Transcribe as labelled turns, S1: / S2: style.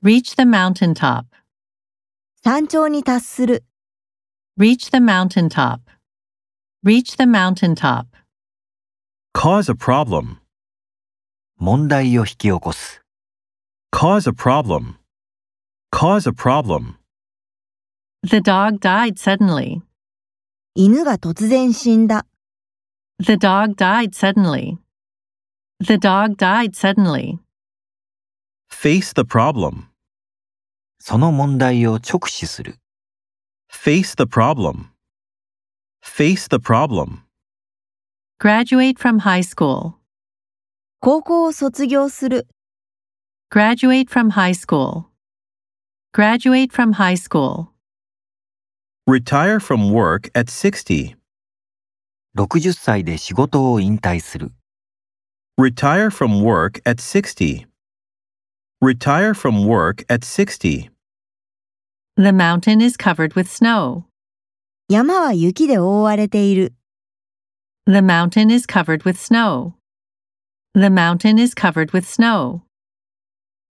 S1: Reach the mountaintop.
S2: 山頂に達する、
S1: Reach the mountaintop. Reach the mountaintop.
S3: Cause a problem.
S4: 問題を引き起こす。
S3: Cause a problem. Cause a problem.
S1: The dog died suddenly.
S2: 犬が突然死んだ、
S1: The dog died suddenly. The dog died suddenly.
S3: Face the problem.
S4: その問題を直視する。
S3: Face the problem. Face the problem.
S1: Graduate from high school.
S2: 高校を卒業する、
S1: Graduate from high school. Graduate from high school.
S3: Retire from work at 60.
S4: 60歳で仕事を引退する。
S3: Retire from work at 60. Retire from work at 60.
S1: The mountain is covered with snow.
S2: 山は雪で覆われている、
S1: The mountain is covered with snow. The mountain is covered with snow.